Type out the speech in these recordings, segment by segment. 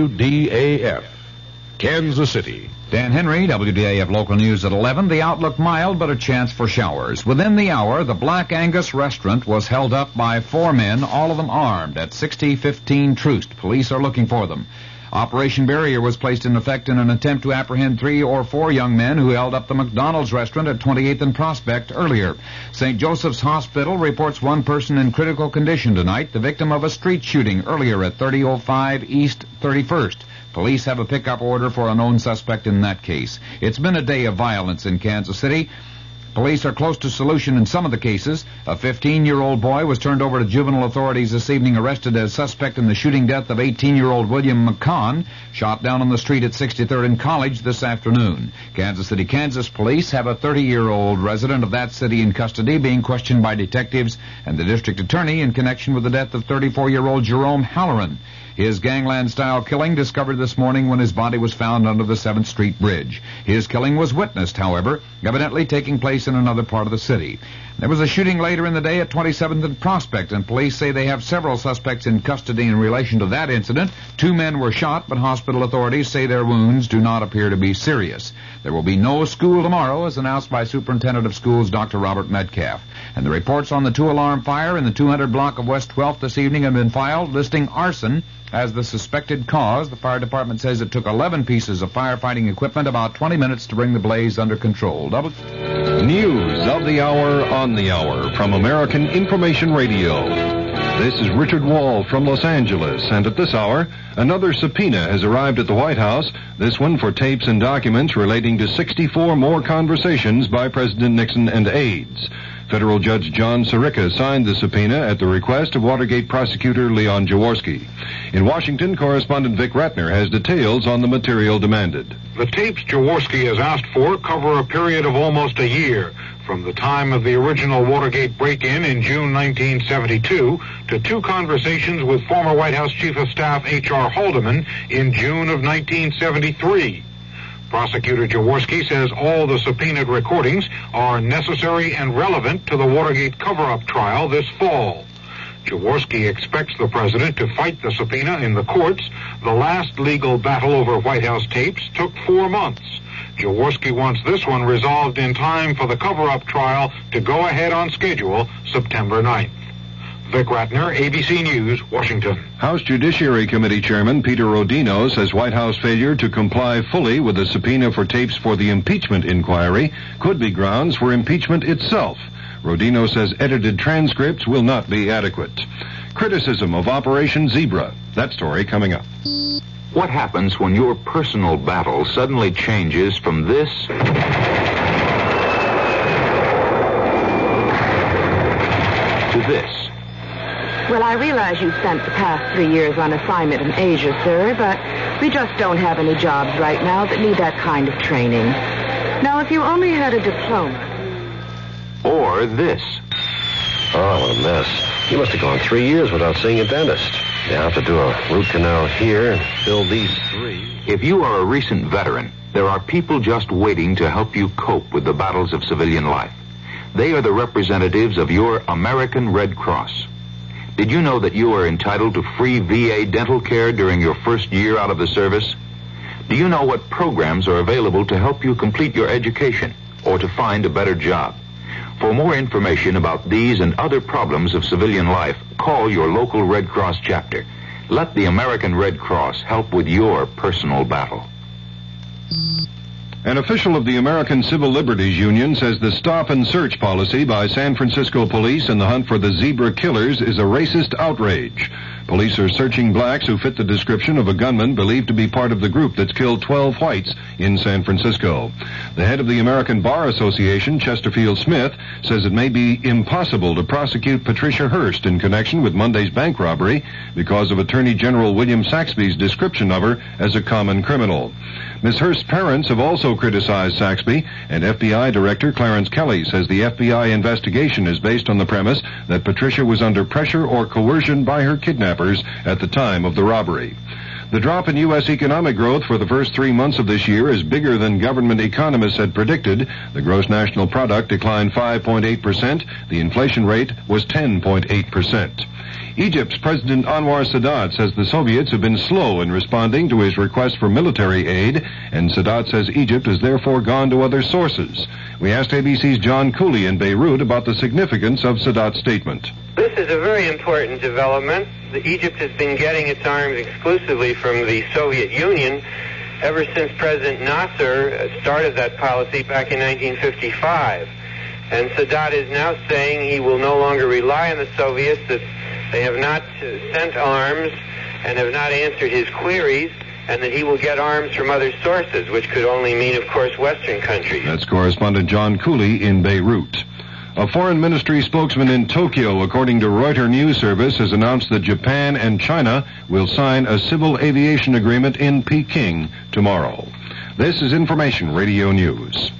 WDAF, Kansas City. Dan Henry, WDAF Local News at 11. The outlook mild, but a chance for showers. Within the hour, the Black Angus restaurant was held up by four men, all of them armed, at 6015 Troost. Police are looking for them. Operation Barrier was placed in effect in an attempt to apprehend three or four young men who held up the McDonald's restaurant at 28th and Prospect earlier. St. Joseph's Hospital reports one person in critical condition tonight, the victim of a street shooting earlier at 3005 East 31st. Police have a pickup order for a known suspect in that case. It's been a day of violence in Kansas City. Police are close to solution in some of the cases. A 15-year-old boy was turned over to juvenile authorities this evening arrested as suspect in the shooting death of 18-year-old William McCon, shot down on the street at 63rd and College this afternoon. Kansas City, Kansas police have a 30-year-old resident of that city in custody being questioned by detectives and the district attorney in connection with the death of 34-year-old Jerome Halloran. His gangland style killing discovered this morning when his body was found under the 7th Street Bridge. His killing was witnessed, however, evidently taking place in another part of the city. There was a shooting later in the day at 27th and Prospect, and police say they have several suspects in custody in relation to that incident. Two men were shot, but hospital authorities say their wounds do not appear to be serious. There will be no school tomorrow, as announced by Superintendent of Schools Dr. Robert Metcalf. And the reports on the two alarm fire in the 200 block of West 12th this evening have been filed, listing arson as the suspected cause. The fire department says it took 11 pieces of firefighting equipment about 20 minutes to bring the blaze under control. Double- News of the hour on the hour from American Information Radio. This is Richard Wall from Los Angeles, and at this hour, another subpoena has arrived at the White House, this one for tapes and documents relating to 64 more conversations by President Nixon and aides. Federal Judge John Sirica signed the subpoena at the request of Watergate prosecutor Leon Jaworski. In Washington, correspondent Vic Ratner has details on the material demanded. The tapes Jaworski has asked for cover a period of almost a year, from the time of the original Watergate break-in in June 1972 to two conversations with former White House Chief of Staff H.R. Haldeman in June of 1973. Prosecutor Jaworski says all the subpoenaed recordings are necessary and relevant to the Watergate cover-up trial this fall. Jaworski expects the president to fight the subpoena in the courts. The last legal battle over White House tapes took four months. Jaworski wants this one resolved in time for the cover-up trial to go ahead on schedule September 9th. Vic Ratner, ABC News, Washington. House Judiciary Committee Chairman Peter Rodino says White House failure to comply fully with the subpoena for tapes for the impeachment inquiry could be grounds for impeachment itself. Rodino says edited transcripts will not be adequate. Criticism of Operation Zebra. That story coming up. What happens when your personal battle suddenly changes from this to this? Well, I realize you spent the past three years on assignment in Asia, sir, but we just don't have any jobs right now that need that kind of training. Now, if you only had a diploma. or this. Oh, what a mess. You must have gone three years without seeing a dentist. They have to do a root canal here and fill these three. If you are a recent veteran, there are people just waiting to help you cope with the battles of civilian life. They are the representatives of your American Red Cross. Did you know that you are entitled to free VA dental care during your first year out of the service? Do you know what programs are available to help you complete your education or to find a better job? For more information about these and other problems of civilian life, call your local Red Cross chapter. Let the American Red Cross help with your personal battle. An official of the American Civil Liberties Union says the stop and search policy by San Francisco police in the hunt for the zebra killers is a racist outrage. Police are searching blacks who fit the description of a gunman believed to be part of the group that's killed 12 whites in San Francisco. The head of the American Bar Association, Chesterfield Smith, says it may be impossible to prosecute Patricia Hearst in connection with Monday's bank robbery because of Attorney General William Saxby's description of her as a common criminal. Ms. Hearst's parents have also criticized Saxby, and FBI Director Clarence Kelly says the FBI investigation is based on the premise that Patricia was under pressure or coercion by her kidnappers at the time of the robbery. The drop in U.S. economic growth for the first three months of this year is bigger than government economists had predicted. The gross national product declined 5.8%. The inflation rate was 10.8%. Egypt's President Anwar Sadat says the Soviets have been slow in responding to his request for military aid, and Sadat says Egypt has therefore gone to other sources. We asked ABC's John Cooley in Beirut about the significance of Sadat's statement. This is a very important development. The- Egypt has been getting its arms exclusively from the Soviet Union ever since President Nasser uh, started that policy back in 1955. And Sadat is now saying he will no longer rely on the Soviets, that they have not uh, sent arms and have not answered his queries, and that he will get arms from other sources, which could only mean, of course, Western countries. That's correspondent John Cooley in Beirut. A foreign ministry spokesman in Tokyo, according to Reuters News Service, has announced that Japan and China will sign a civil aviation agreement in Peking tomorrow. This is Information Radio News.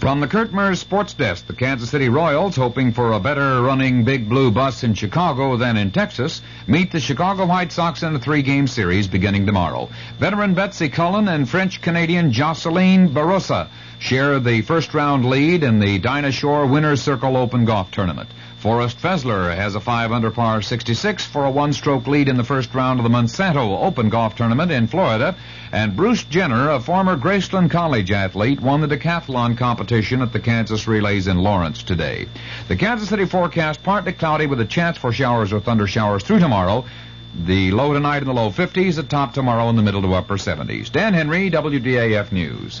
From the Kurt Kurtmer Sports Desk, the Kansas City Royals, hoping for a better running big blue bus in Chicago than in Texas, meet the Chicago White Sox in a three game series beginning tomorrow. Veteran Betsy Cullen and French Canadian Jocelyn Barossa share the first round lead in the Dinosaur Winners Circle Open Golf Tournament. Forrest Fesler has a 5 under par 66 for a one stroke lead in the first round of the Monsanto Open Golf Tournament in Florida. And Bruce Jenner, a former Graceland College athlete, won the decathlon competition at the Kansas Relays in Lawrence today. The Kansas City forecast partly cloudy with a chance for showers or thunder showers through tomorrow. The low tonight in the low 50s, the top tomorrow in the middle to upper 70s. Dan Henry, WDAF News.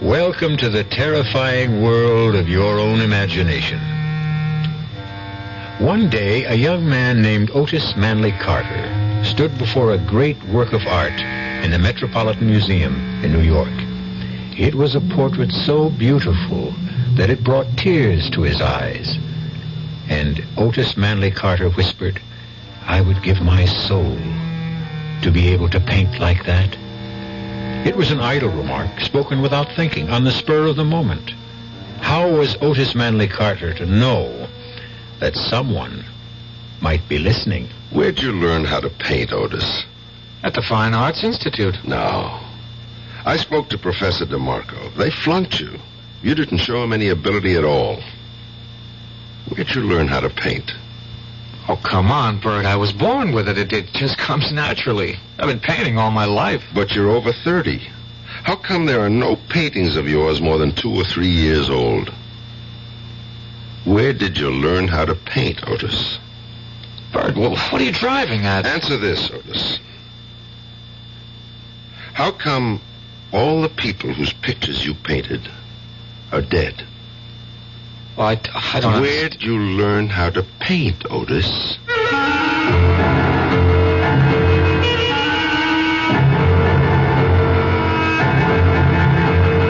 Welcome to the terrifying world of your own imagination. One day, a young man named Otis Manley Carter stood before a great work of art in the Metropolitan Museum in New York. It was a portrait so beautiful that it brought tears to his eyes. And Otis Manley Carter whispered, I would give my soul to be able to paint like that. It was an idle remark, spoken without thinking, on the spur of the moment. How was Otis Manley Carter to know that someone might be listening? Where'd you learn how to paint, Otis? At the Fine Arts Institute. No. I spoke to Professor DeMarco. They flunked you. You didn't show him any ability at all. Where'd you learn how to paint? Oh, come on, Bert. I was born with it. It, it just comes naturally. I've been painting all my life. But you're over 30. How come there are no paintings of yours more than two or three years old? Where did you learn how to paint, Otis? Bert, well, what are you driving at? Answer this, Otis. How come all the people whose pictures you painted are dead? Well, I, I don't know. Where'd you learn how to paint, Otis?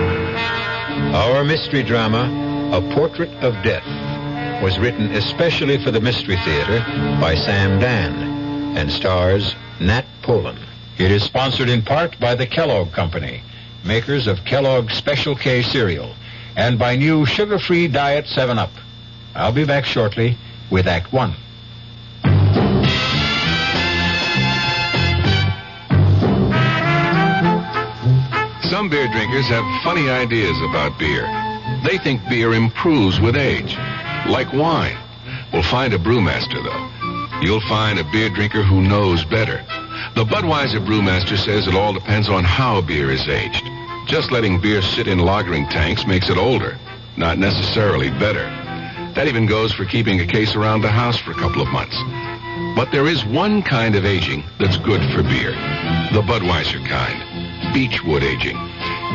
Our mystery drama, A Portrait of Death, was written especially for the Mystery Theater by Sam Dan and stars Nat Polan. It is sponsored in part by the Kellogg Company, makers of Kellogg's Special K cereal, and by new sugar-free diet 7-Up. I'll be back shortly with Act 1. Some beer drinkers have funny ideas about beer. They think beer improves with age, like wine. We'll find a brewmaster, though. You'll find a beer drinker who knows better. The Budweiser brewmaster says it all depends on how beer is aged. Just letting beer sit in lagering tanks makes it older, not necessarily better. That even goes for keeping a case around the house for a couple of months. But there is one kind of aging that's good for beer. The Budweiser kind. Beechwood aging.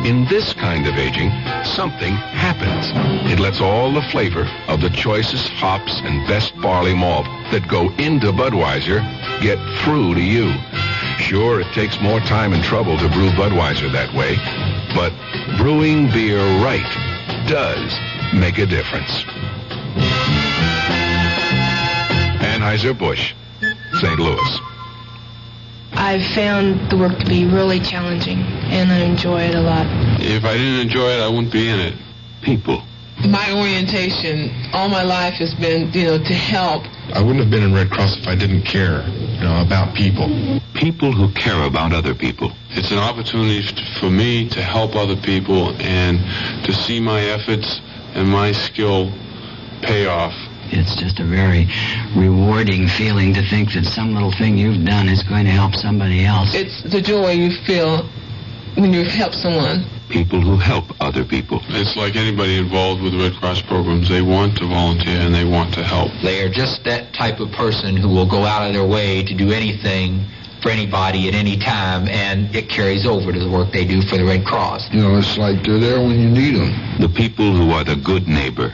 In this kind of aging, something happens. It lets all the flavor of the choicest hops and best barley malt that go into Budweiser get through to you. Sure, it takes more time and trouble to brew Budweiser that way, but brewing beer right does make a difference. Anheuser-Busch. St. Louis. I've found the work to be really challenging, and I enjoy it a lot. If I didn't enjoy it, I wouldn't be in it. People. My orientation all my life has been, you know, to help. I wouldn't have been in Red Cross if I didn't care, you know, about people. People who care about other people. It's an opportunity f- for me to help other people and to see my efforts and my skill pay off. It's just a very rewarding feeling to think that some little thing you've done is going to help somebody else. It's the joy you feel when you've helped someone. People who help other people. It's like anybody involved with Red Cross programs. They want to volunteer and they want to help. They are just that type of person who will go out of their way to do anything for anybody at any time, and it carries over to the work they do for the Red Cross. You know, it's like they're there when you need them. The people who are the good neighbor.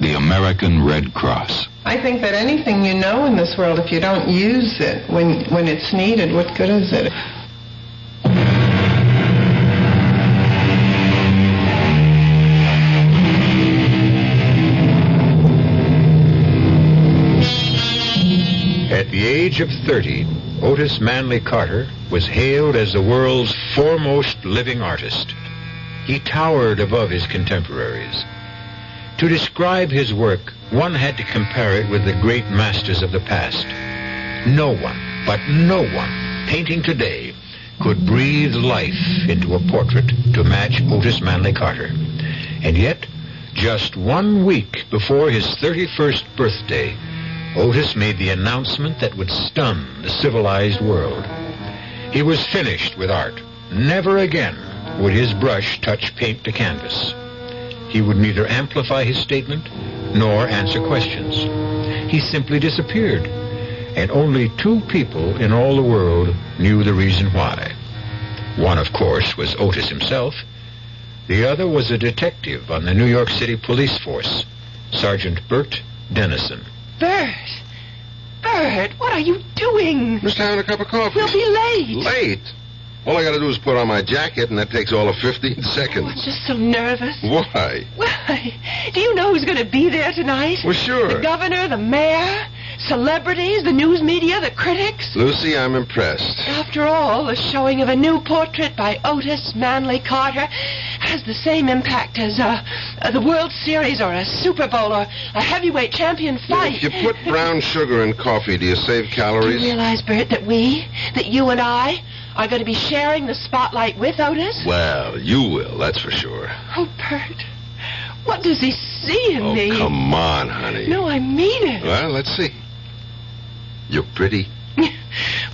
The American Red Cross. I think that anything you know in this world, if you don't use it when, when it's needed, what good is it? At the age of 30, Otis Manley Carter was hailed as the world's foremost living artist. He towered above his contemporaries. To describe his work, one had to compare it with the great masters of the past. No one, but no one, painting today could breathe life into a portrait to match Otis Manley Carter. And yet, just one week before his 31st birthday, Otis made the announcement that would stun the civilized world. He was finished with art. Never again would his brush touch paint to canvas. He would neither amplify his statement nor answer questions. He simply disappeared, and only two people in all the world knew the reason why. One, of course, was Otis himself. The other was a detective on the New York City police force, Sergeant Bert Dennison. Bert! Bert, what are you doing? Just having a cup of coffee. We'll be late. Late? All I gotta do is put on my jacket, and that takes all of 15 I'm seconds. just so nervous. Why? Why? Do you know who's going to be there tonight? Well, sure. The governor, the mayor, celebrities, the news media, the critics. Lucy, I'm impressed. After all, the showing of a new portrait by Otis Manley Carter has the same impact as uh, uh, the World Series or a Super Bowl or a heavyweight champion If fight. you put brown sugar in coffee, do you save Do you calories? realize, Bert, that we, that you and I, are going to be sharing the spotlight with Otis? Well, you will, that's for sure. Oh, Bert, what does he see in me? Oh, Come on, honey. No, I mean it. Well, let's see. You're pretty,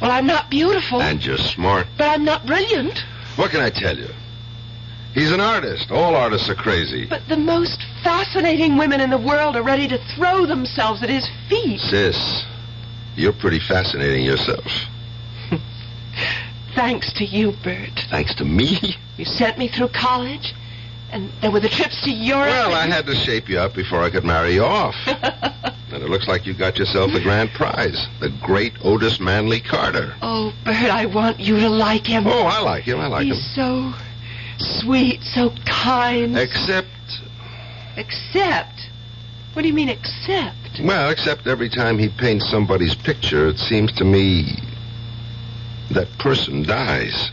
Well, I'm not beautiful, and you're smart. but I'm not brilliant. What can I tell you? He's an artist. All artists are crazy. But the most fascinating women in the world are ready to throw themselves at his feet. Sis, you're pretty fascinating yourself. Thanks to you, Bert. Thanks to me? You sent me through college, and there were the trips to Europe. Well, I and- had to shape you up before I could marry you off. and it looks like you got yourself the grand prize the great Otis Manley Carter. Oh, Bert, I want you to like him. Oh, I like him. I like He's him. so sweet, so kind. Except, except. What do you mean, except? well, except every time he paints somebody's picture, it seems to me that person dies.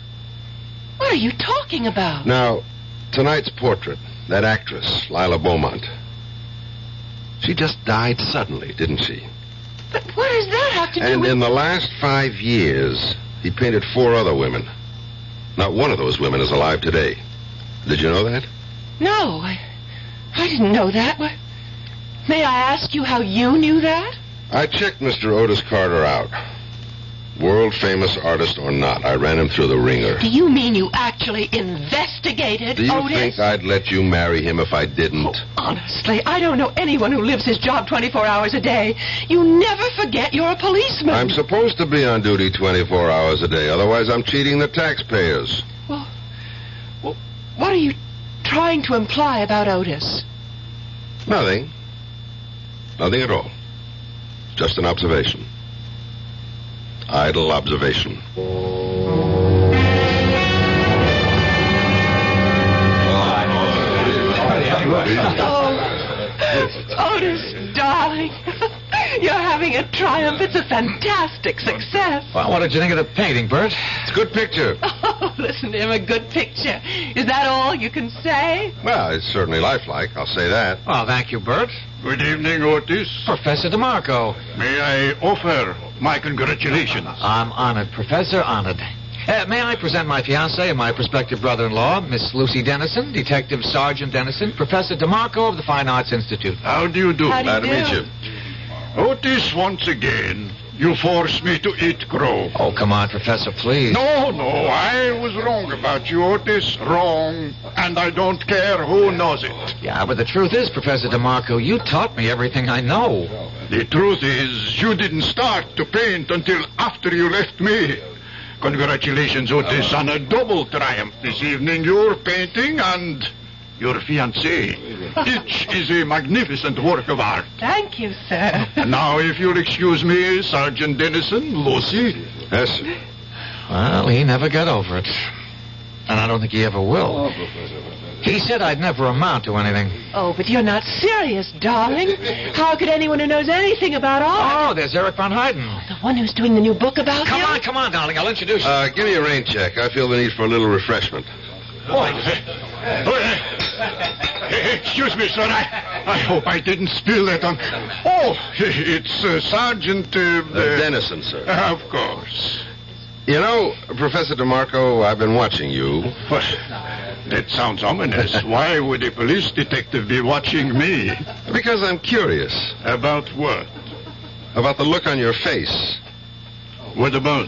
What are you talking about? Now, tonight's portrait, that actress, Lila Beaumont. She just died suddenly, didn't she? But what does that have to do And with? in the last five years, he painted four other women. Not one of those women is alive today. Did you know that? No, I, I didn't know that. Why- May I ask you how you knew that? I checked Mr. Otis Carter out. World famous artist or not, I ran him through the ringer. Do you mean you actually investigated Do you Otis? think I'd let you marry him if I didn't? Oh, Honestly, I don't know anyone who lives his job 24 hours a day. You never forget you're a policeman. I'm supposed to be on duty 24 hours a day, otherwise, I'm cheating the taxpayers. Well, well, what are you trying to imply about Otis? Nothing. Nothing at all. Just an observation. Idle observation. Oh, Otis, darling, you're having a triumph. It's a fantastic success. Well, what did you think of the painting, Bert? It's a good picture. Oh, listen to him, a good picture. Is that all you can say? Well, it's certainly lifelike, I'll say that. Oh, Well, thank you, Bert. Good evening, Otis. Professor DeMarco. May I offer my congratulations? I'm honored, Professor, honored. Uh, may I present my fiancée and my prospective brother-in-law, Miss Lucy Dennison, Detective Sergeant Dennison, Professor DeMarco of the Fine Arts Institute. How do you do? How do you Glad to do? meet you. Otis, once again, you force me to eat crow. Oh, come on, Professor, please. No, no, I was wrong about you, Otis. Wrong. And I don't care who knows it. Yeah, but the truth is, Professor DeMarco, you taught me everything I know. The truth is, you didn't start to paint until after you left me. Congratulations, Otis, on a double triumph this evening. Your painting and your fiancée. Each is a magnificent work of art. Thank you, sir. And now, if you'll excuse me, Sergeant Dennison, Lucy. Yes. Well, he never got over it. And I don't think he ever will. Oh, He said I'd never amount to anything. Oh, but you're not serious, darling. How could anyone who knows anything about art? Oh, there's Eric von Hayden. The one who's doing the new book about Come him? on, come on, darling. I'll introduce you. Uh, give me a rain check. I feel the need for a little refreshment. Excuse me, sir. I, I hope I didn't spill that on. Oh, it's uh, Sergeant. Uh, Uh, Dennison, sir. Of course. You know, Professor DeMarco, I've been watching you. What? That sounds ominous. Why would a police detective be watching me? Because I'm curious About what? about the look on your face. What about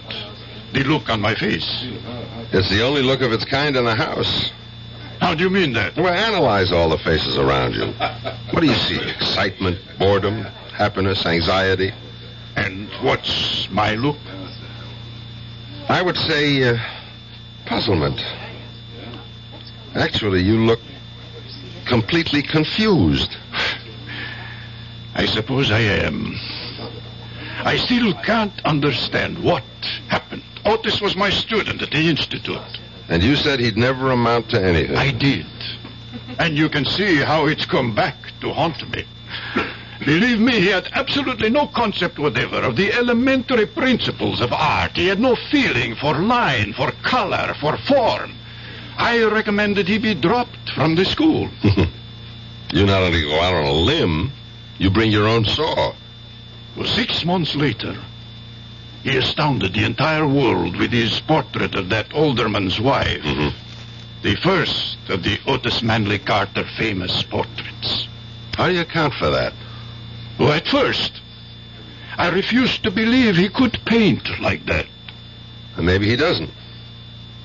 the look on my face? It's the only look of its kind in the house. How do you mean that? Well, analyze all the faces around you. What do you see? Excitement, boredom, happiness, anxiety. And what's my look? I would say uh, puzzlement. Actually, you look completely confused. I suppose I am. I still can't understand what happened. Otis was my student at the Institute. And you said he'd never amount to anything. I did. And you can see how it's come back to haunt me. Believe me, he had absolutely no concept whatever of the elementary principles of art. He had no feeling for line, for color, for form. I recommended he be dropped from the school. You not only go out on a limb, you bring your own saw. Well, six months later, he astounded the entire world with his portrait of that alderman's wife. Mm-hmm. The first of the Otis Manley Carter famous portraits. How do you account for that? Well, at first, I refused to believe he could paint like that. And maybe he doesn't.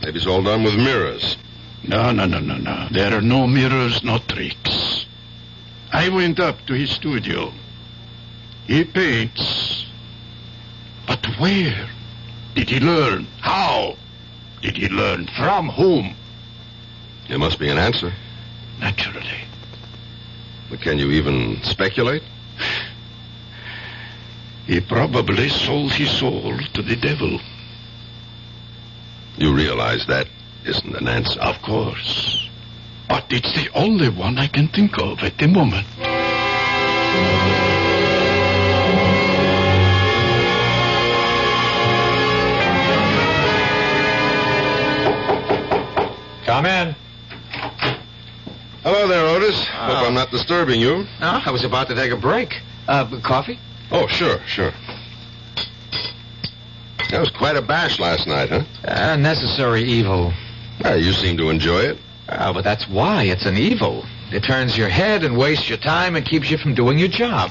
Maybe it's all done with mirrors. No, no, no, no, no. There are no mirrors, no tricks. I went up to his studio. He paints. But where did he learn? How did he learn? From whom? There must be an answer. Naturally. But can you even speculate? He probably sold his soul to the devil. You realize that isn't an answer. Of course. But it's the only one I can think of at the moment. Come in. Hello there, Otis. Hope I'm not disturbing you. Ah. No, I was about to take a break. Uh, coffee? Oh, sure, sure. That was quite a bash last night, huh? Uh, necessary evil. Well, you seem to enjoy it. Oh, but that's why it's an evil. It turns your head and wastes your time and keeps you from doing your job,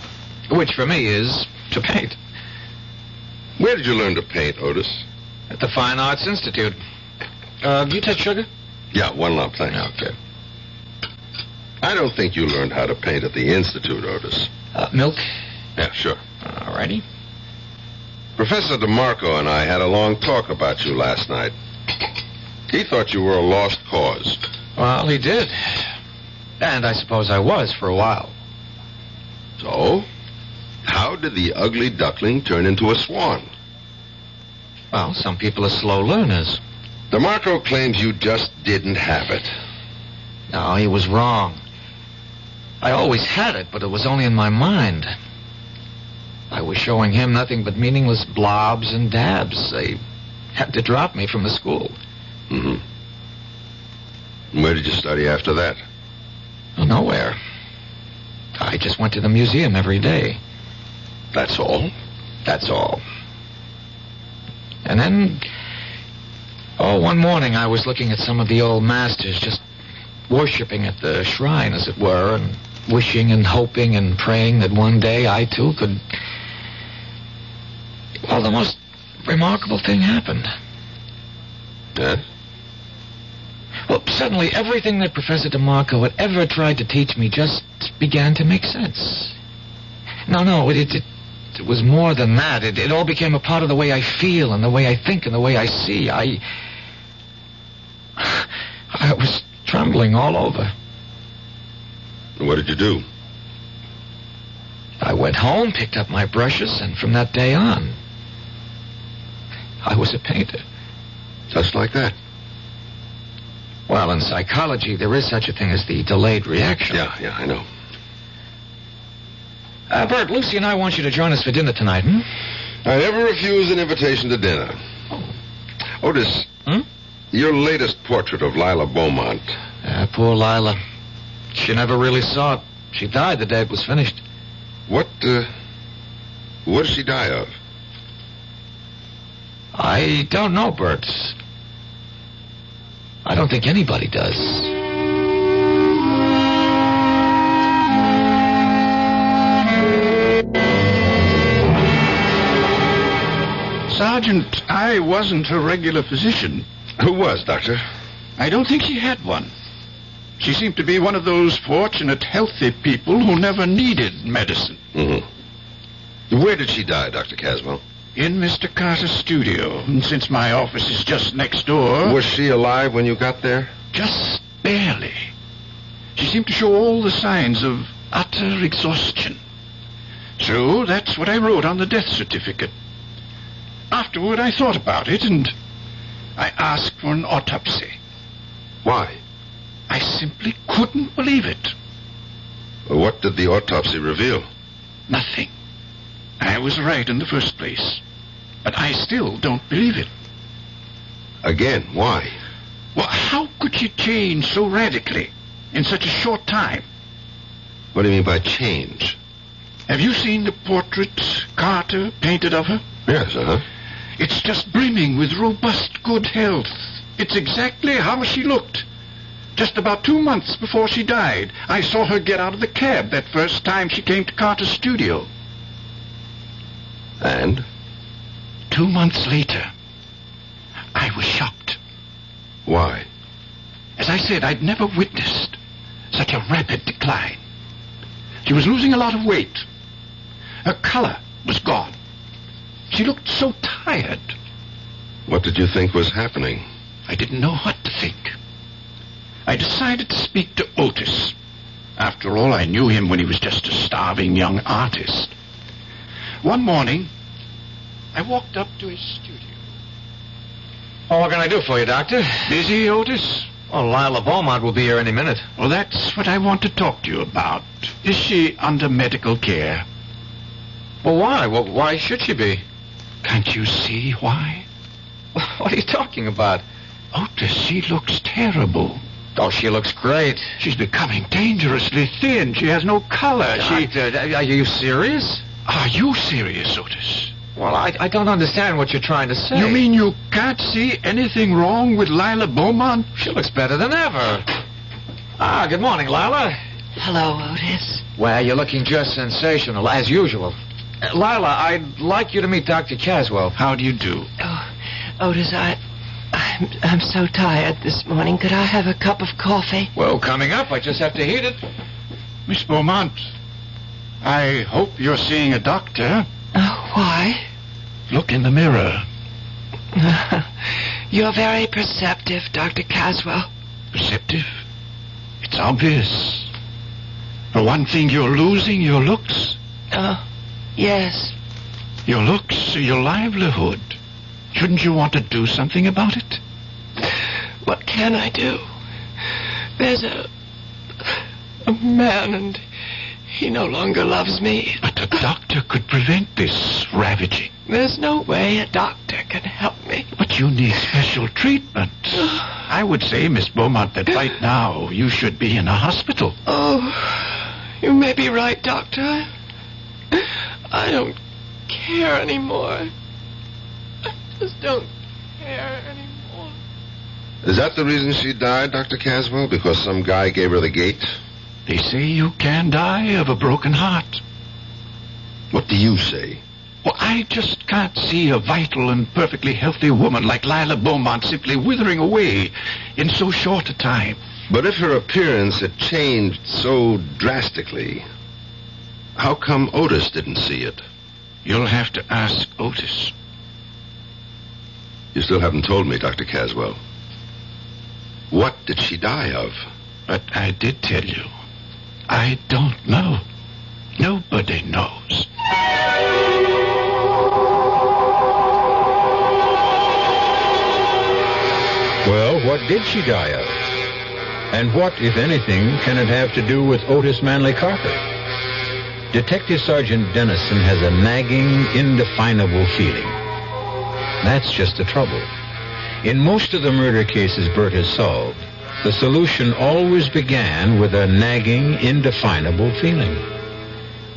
which for me is to paint. Where did you learn to paint, Otis? At the Fine Arts Institute. Uh, do you take sugar? Yeah, one lump, thanks. Okay. I don't think you learned how to paint at the Institute, Otis. Uh, milk? Yeah, sure. All righty. Professor DeMarco and I had a long talk about you last night. He thought you were a lost cause. Well, he did. And I suppose I was for a while. So, how did the ugly duckling turn into a swan? Well, some people are slow learners. DeMarco claims you just didn't have it. No, he oh, was wrong. I always had it, but it was only in my mind. I was showing him nothing but meaningless blobs and dabs. They had to drop me from the school. Mm-hmm. Where did you study after that? Nowhere. I just went to the museum every day. That's all? That's all. And then, oh, one morning I was looking at some of the old masters, just worshipping at the shrine, as it were, and wishing and hoping and praying that one day I too could. Well, the most remarkable thing happened. Yes? Well, suddenly everything that Professor DeMarco had ever tried to teach me just began to make sense. No, no, it, it, it was more than that. It, it all became a part of the way I feel and the way I think and the way I see. I. I was trembling all over. What did you do? I went home, picked up my brushes, and from that day on, I was a painter. Just like that? Well, in psychology, there is such a thing as the delayed reaction. Yeah, yeah, I know. Uh, Bert, Lucy and I want you to join us for dinner tonight, hmm? I never refuse an invitation to dinner. Otis, your latest portrait of Lila Beaumont. Uh, poor Lila. She never really saw it. She died the day it was finished. What, uh, what did she die of? I don't know, Bert. I don't think anybody does. Sergeant, I wasn't her regular physician. Who was, Doctor? I don't think she had one. She seemed to be one of those fortunate, healthy people who never needed medicine. Mm-hmm. Where did she die, Dr. Caswell? In Mr. Carter's studio. And since my office is just next door. Was she alive when you got there? Just barely. She seemed to show all the signs of utter exhaustion. So that's what I wrote on the death certificate. Afterward, I thought about it and I asked for an autopsy. Why? I simply couldn't believe it. What did the autopsy reveal? Nothing. I was right in the first place. But I still don't believe it. Again, why? Well, how could she change so radically in such a short time? What do you mean by change? Have you seen the portrait Carter painted of her? Yes, uh huh. It's just brimming with robust good health. It's exactly how she looked. Just about two months before she died, I saw her get out of the cab that first time she came to Carter's studio. And? Two months later, I was shocked. Why? As I said, I'd never witnessed such a rapid decline. She was losing a lot of weight. Her color was gone. She looked so tired. What did you think was happening? I didn't know what to think. I decided to speak to Otis. After all, I knew him when he was just a starving young artist. One morning, I walked up to his studio. Well, what can I do for you, Doctor? Busy, Otis? Well, Oh, Lila Beaumont will be here any minute. Well, that's what I want to talk to you about. Is she under medical care? Well, why? Well, why should she be? Can't you see why? What are you talking about? Otis, she looks terrible. Oh, she looks great. She's becoming dangerously thin. She has no color. She. Doctor, Uh, are you serious? Are you serious, Otis? Well, I, I don't understand what you're trying to say. You mean you can't see anything wrong with Lila Beaumont? She looks better than ever. Ah, good morning, Lila. Hello, Otis. Well, you're looking just sensational, as usual. Uh, Lila, I'd like you to meet Dr. Caswell. How do you do? Oh, Otis, I, I'm, I'm so tired this morning. Could I have a cup of coffee? Well, coming up, I just have to heat it. Miss Beaumont, I hope you're seeing a doctor. Oh, why? Look in the mirror. You're very perceptive, Dr. Caswell. Perceptive? It's obvious. For one thing, you're losing your looks. Uh, Oh, yes. Your looks, your livelihood. Shouldn't you want to do something about it? What can I do? There's a. a man, and He no longer loves me. But a doctor could prevent this ravaging. There's no way a doctor can help me. But you need special treatment. I would say, Miss Beaumont, that right now you should be in a hospital. Oh, you may be right, Doctor. I don't care anymore. I just don't care anymore. Is that the reason she died, Dr. Caswell? Because some guy gave her the gate? They say you can die of a broken heart. What do you say? Well, I just can't see a vital and perfectly healthy woman like Lila Beaumont simply withering away in so short a time. But if her appearance had changed so drastically, how come Otis didn't see it? You'll have to ask Otis. You still haven't told me, Dr. Caswell. What did she die of? But I did tell you. I don't know. Nobody knows. Well, what did she die of? And what, if anything, can it have to do with Otis Manley Carter? Detective Sergeant Dennison has a nagging, indefinable feeling. That's just the trouble. In most of the murder cases Bert has solved, the solution always began with a nagging, indefinable feeling.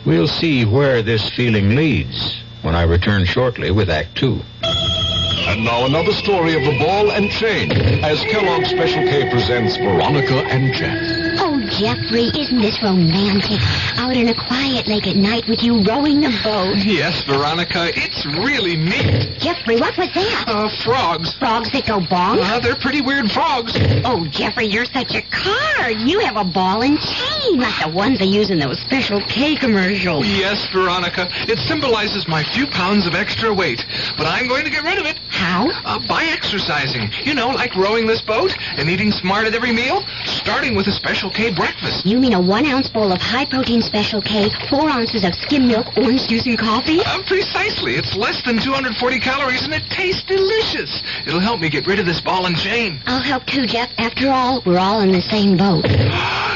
We'll see where this feeling leads when I return shortly with Act Two. And now another story of the ball and chain as Kellogg's Special K presents Veronica and Jeff. Oh, Jeffrey, isn't this romantic? Out in a quiet lake at night with you rowing the boat. Yes, Veronica, it's really neat. Jeffrey, what was that? Uh, frogs. Frogs that go bong? Uh, they're pretty weird frogs. Oh, Jeffrey, you're such a card. You have a ball and chain, like the ones they use in those Special K commercials. Oh, Yes, Veronica, it symbolizes my few pounds of extra weight, but I'm going to get rid of it. How? Uh, by exercising. You know, like rowing this boat and eating smart at every meal, starting with a Special K breakfast. You mean a one ounce bowl of high protein Special K, four ounces of skim milk, orange juice, and coffee? Uh, precisely. It's less than 240 calories and it tastes delicious. It'll help me get rid of this ball and chain. I'll help too, Jeff. After all, we're all in the same boat.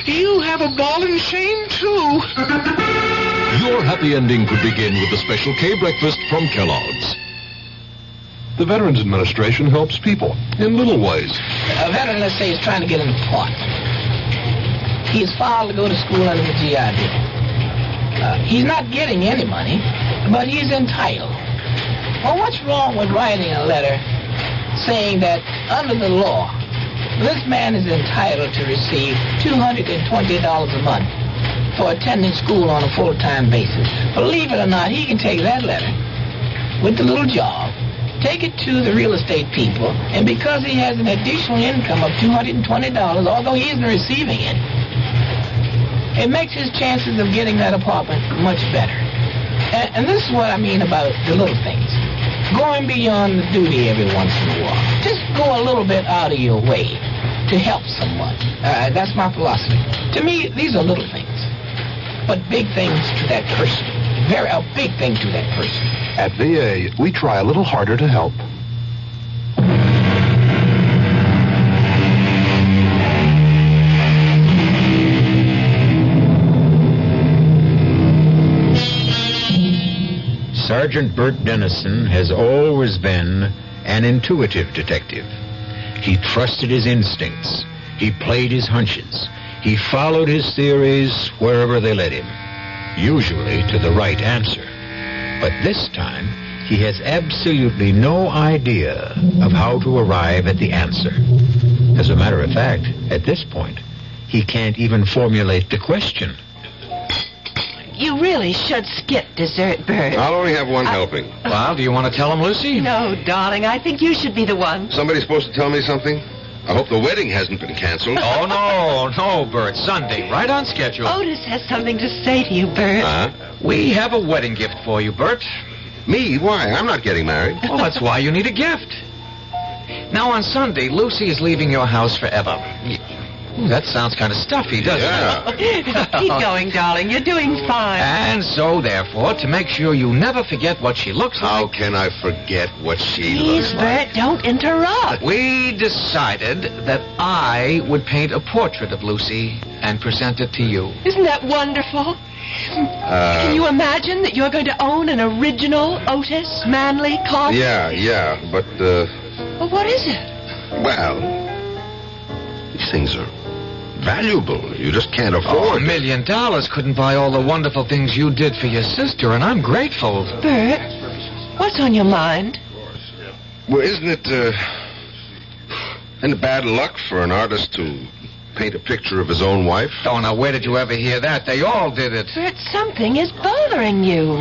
you have a ball and chain, too. Your happy ending could begin with the Special K breakfast from Kellogg's. The Veterans Administration helps people in little ways. A veteran, let's say, is trying to get an apartment. He is filed to go to school under the GI Bill. Uh, he's not getting any money, but he's entitled. Well, what's wrong with writing a letter saying that under the law, this man is entitled to receive $220 a month for attending school on a full-time basis? Believe it or not, he can take that letter with the little job take it to the real estate people, and because he has an additional income of $220, although he isn't receiving it, it makes his chances of getting that apartment much better. And, and this is what I mean about the little things. Going beyond the duty every once in a while. Just go a little bit out of your way to help someone. Uh, that's my philosophy. To me, these are little things, but big things to that person. Very a big thing to that person. At VA, we try a little harder to help. Sergeant Bert Dennison has always been an intuitive detective. He trusted his instincts. He played his hunches. He followed his theories wherever they led him, usually to the right answer. But this time, he has absolutely no idea of how to arrive at the answer. As a matter of fact, at this point, he can't even formulate the question. You really should skip dessert, Bert. I'll only have one helping. Well, do you want to tell him, Lucy? No, darling. I think you should be the one. Somebody's supposed to tell me something? I hope the wedding hasn't been canceled. Oh, no, no, Bert. Sunday, right on schedule. Otis has something to say to you, Bert. Huh? We have a wedding gift for you, Bert. Me? Why? I'm not getting married. Well, that's why you need a gift. Now, on Sunday, Lucy is leaving your house forever. Ooh, that sounds kind of stuffy, doesn't Yeah. it? Keep going, darling. You're doing fine. And so, therefore, to make sure you never forget what she looks How can I forget what she Please, looks like? Bert, don't interrupt. We decided that I would paint a portrait of Lucy and present it to you. Isn't that wonderful? Uh, Can you imagine that you're going to own an original Otis Manley car? Yeah, yeah, but, uh, Well, what is it? well, these things are valuable. You just can't Oh, a afford them. million dollars couldn't buy all the wonderful things you did for your sister, and I'm grateful. Bert, what's on your mind? Well, isn't it, uh, and bad luck for an artist to paint a picture of his own wife? Oh, now where did you ever hear that? They all did it. Bert, something is bothering you.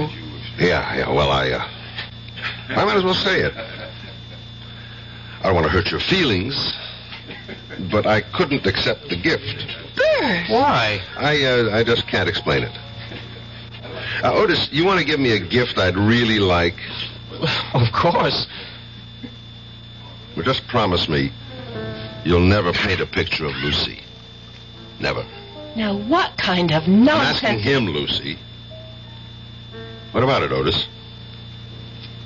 Yeah, yeah, well, I, uh, I might as well say it. I don't want to hurt your feelings, but I couldn't accept the gift. Bert! Why? I, uh, I just can't explain it. Uh, Otis, you want to give me a gift I'd really like? Of course. Well, just promise me you'll never paint a picture of Lucy. Never. Now, what kind of I'm asking nonsense? him, Lucy. What about it, Otis?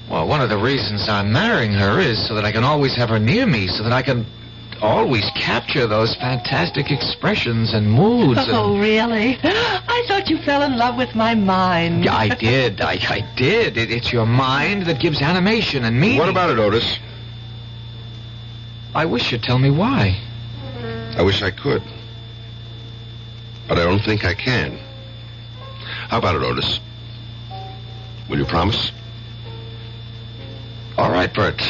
Well, one of the reasons I'm marrying her is so that I can always have her near me, so that I can always capture those fantastic expressions and moods. and- Oh, really? I thought you fell in love with my mind. Yeah, I did. I, I did. It, it's your mind that gives animation and meaning. What about it, Otis? I wish you'd tell me why. I wish I could. But I don't think I can. How about it, Otis? Will you promise? All right, Bert.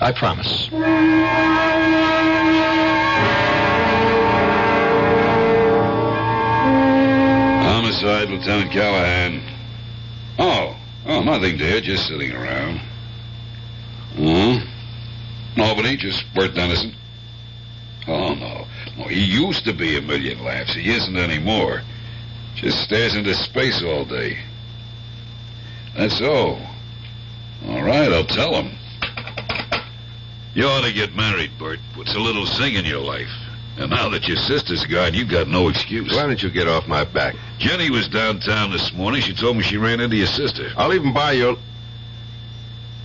I promise. Homicide, Lieutenant Callahan. Oh, oh, nothing, dear. Just sitting around. Hmm? In Albany, just Bert Dennison. Oh, no. No, he used to be a million laughs. He isn't anymore. Just stares into space all day. That's all. All right, I'll tell him. You ought to get married, Bert. Puts a little zing in your life. And now that your sister's gone, you've got no excuse. Why don't you get off my back? Jenny was downtown this morning. She told me she ran into your sister. I'll even buy your.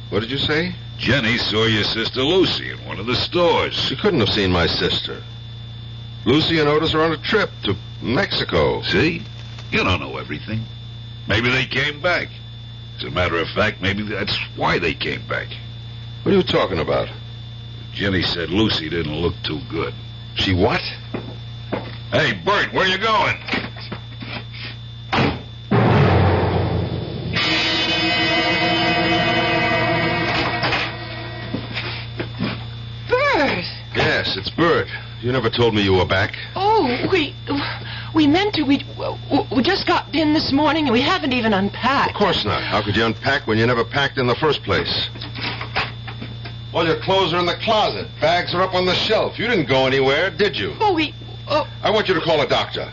What did you say? Jenny saw your sister Lucy in one of the stores. She couldn't have seen my sister. Lucy and Otis are on a trip to Mexico. See? You don't know everything. Maybe they came back. As a matter of fact, maybe that's why they came back. What are you talking about? Jenny said Lucy didn't look too good. She what? Hey, Bert, where you going? Bert! Yes, it's Bert. You never told me you were back. Oh, we we meant to. We we just got in this morning and we haven't even Of unpacked. course not. How could you unpack when you never packed in the first place? All your clothes are in the closet. Bags are up on the shelf. You didn't go anywhere, did you? Oh, we. Oh, I want you to call a doctor.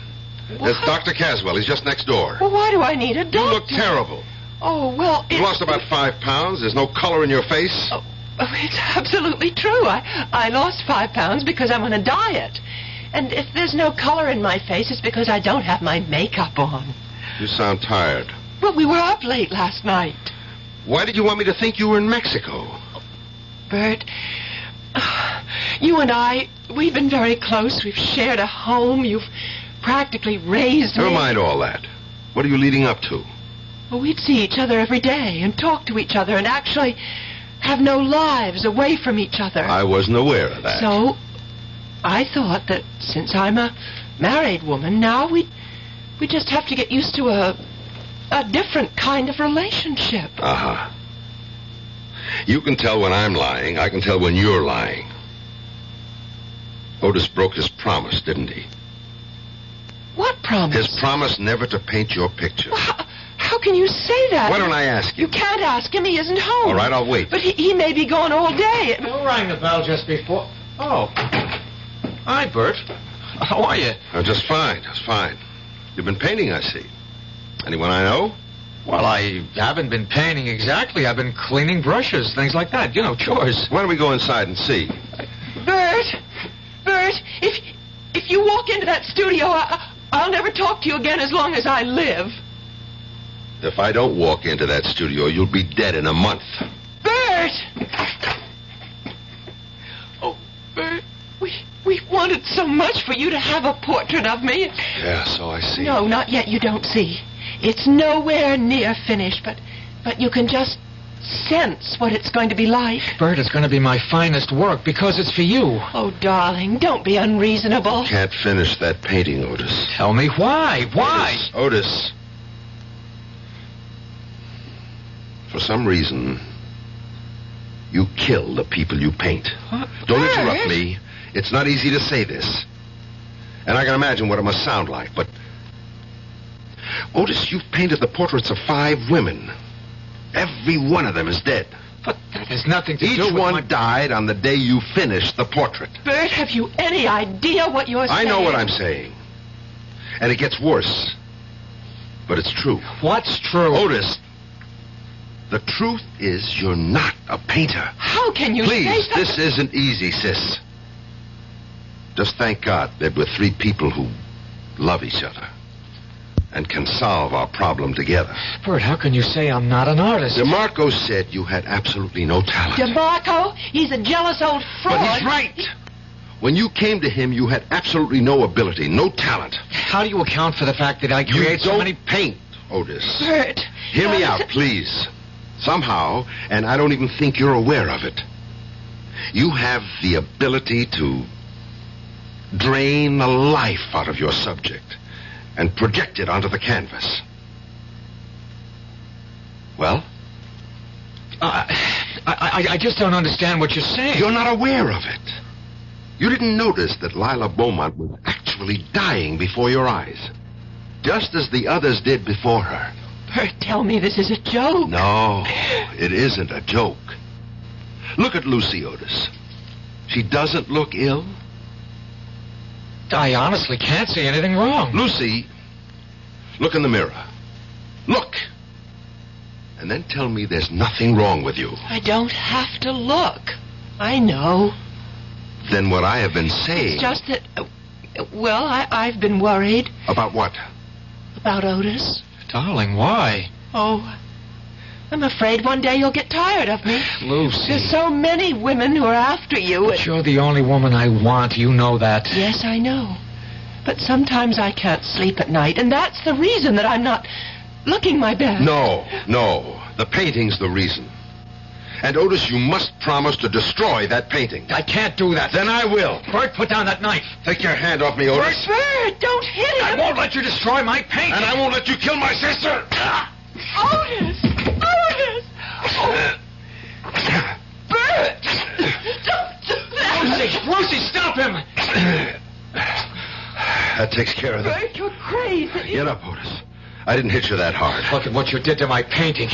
It's Dr. Caswell. He's just next door. well, why do I need a doctor? You look terrible. Oh well, You've it, lost about five pounds. There's no color in your face. oh, it's absolutely true. I I lost five pounds because I'm on a diet, and if there's no color in my face, it's because I don't have my makeup on. You sound tired. Well, we were up late last night, Why did you want me to think you were in Mexico? Bert. You and I, we've been very close. We've shared a home. You've practically raised Never me. mind all that. What are you leading up to? Well, we'd see each other every day and talk to each other and actually have no lives away from each other. I wasn't aware of that. So, I thought that since I'm a married woman now, we we just have to get used to a a different kind of relationship. Uh huh. You can tell when I'm lying. I can tell when you're lying. Otis broke his promise, didn't he? What promise? His promise never to paint your picture. How can you say that? Why don't I ask you? You can't ask him. He isn't home. All right, I'll wait. But he, he may be gone all day. Who rang the bell Oh, just before? Oh. Hi, Bert. How are you? Oh, just fine, just fine. You've been painting, I see. Anyone I know? Well, I haven't been painting exactly. I've been cleaning brushes, things like that. You know, chores. Why don't we go inside and see? Bert, Bert, if if you walk into that studio, I, I'll never talk to you again as long as I live. If I don't walk into that studio, you'll be dead in a month. Bert! Oh, Bert, we we wanted so much for you to have a portrait of me. Yeah, so I see. No, not yet. You don't see. It's nowhere near finished, but but you can just sense what it's going to be like. Bert, it's going to be my finest work because it's for you. Oh, darling, don't be unreasonable. Can't finish that painting, Otis. Tell me why? Why? Otis, Otis. For some reason, you kill the people you paint. Don't Bert. interrupt me. It's not easy to say this. And I can imagine what it must sound like, but. Otis, you've painted the portraits of five women. Every one of them is dead. That has nothing to Each do with one my... died on the day you finished the portrait. Bert, have you any idea what you're I saying? know what I'm saying. And it gets worse. But it's true. What's true? Otis, the truth is you're not a painter. How can you Please, say that? this isn't easy, sis. Just thank God that we're three people who love each other and can solve our problem together. Bert, how can you say I'm not an artist? DeMarco said you had absolutely no talent. DeMarco, he's a jealous old fraud. But he's right. When you came to him, you had absolutely no ability, no talent. How do you account for the fact that I You create so don't many... paint, Otis. Bert. Hear me Otis- out, please. Somehow, and I don't even think you're aware of it, you have the ability to drain the life out of your subject and project it onto the canvas. Well, Uh, I, I, I just don't understand what you're saying. you're not aware of it. You didn't notice that Lila Beaumont was actually dying before your eyes, just as the others did before her. Bert, tell me this is a joke. No, it isn't a joke. Look at Lucy Otis. She doesn't look ill. I honestly can't see anything wrong. Lucy, look in the mirror. Look. And then tell me there's nothing wrong with you. I don't have to look. I know. Then what I have been saying It's just that, uh, well, I, I've been worried about what? about Otis. Darling, why? Oh, I'm afraid one day you'll get tired of me. Lucy. There's so many women who are after you. But you're the only woman I want. You know that. Yes, I know. But sometimes I can't sleep at night, and that's the reason that I'm not looking my best. No, no. The painting's the reason. And Otis, you must promise to destroy that painting. I can't do that. Then I will. Bert, put down that knife. Take your hand off me, Otis. Bert, Ah, don't hit him. I won't let you destroy my Ah. painting. And I won't let you kill my sister. Otis! Otis! Bert! Don't do Lucy, that! Lucy, stop him! That takes care of it. Bert, you're crazy. Get up, Otis. I didn't hit you that hard. Look at what you did to my painting.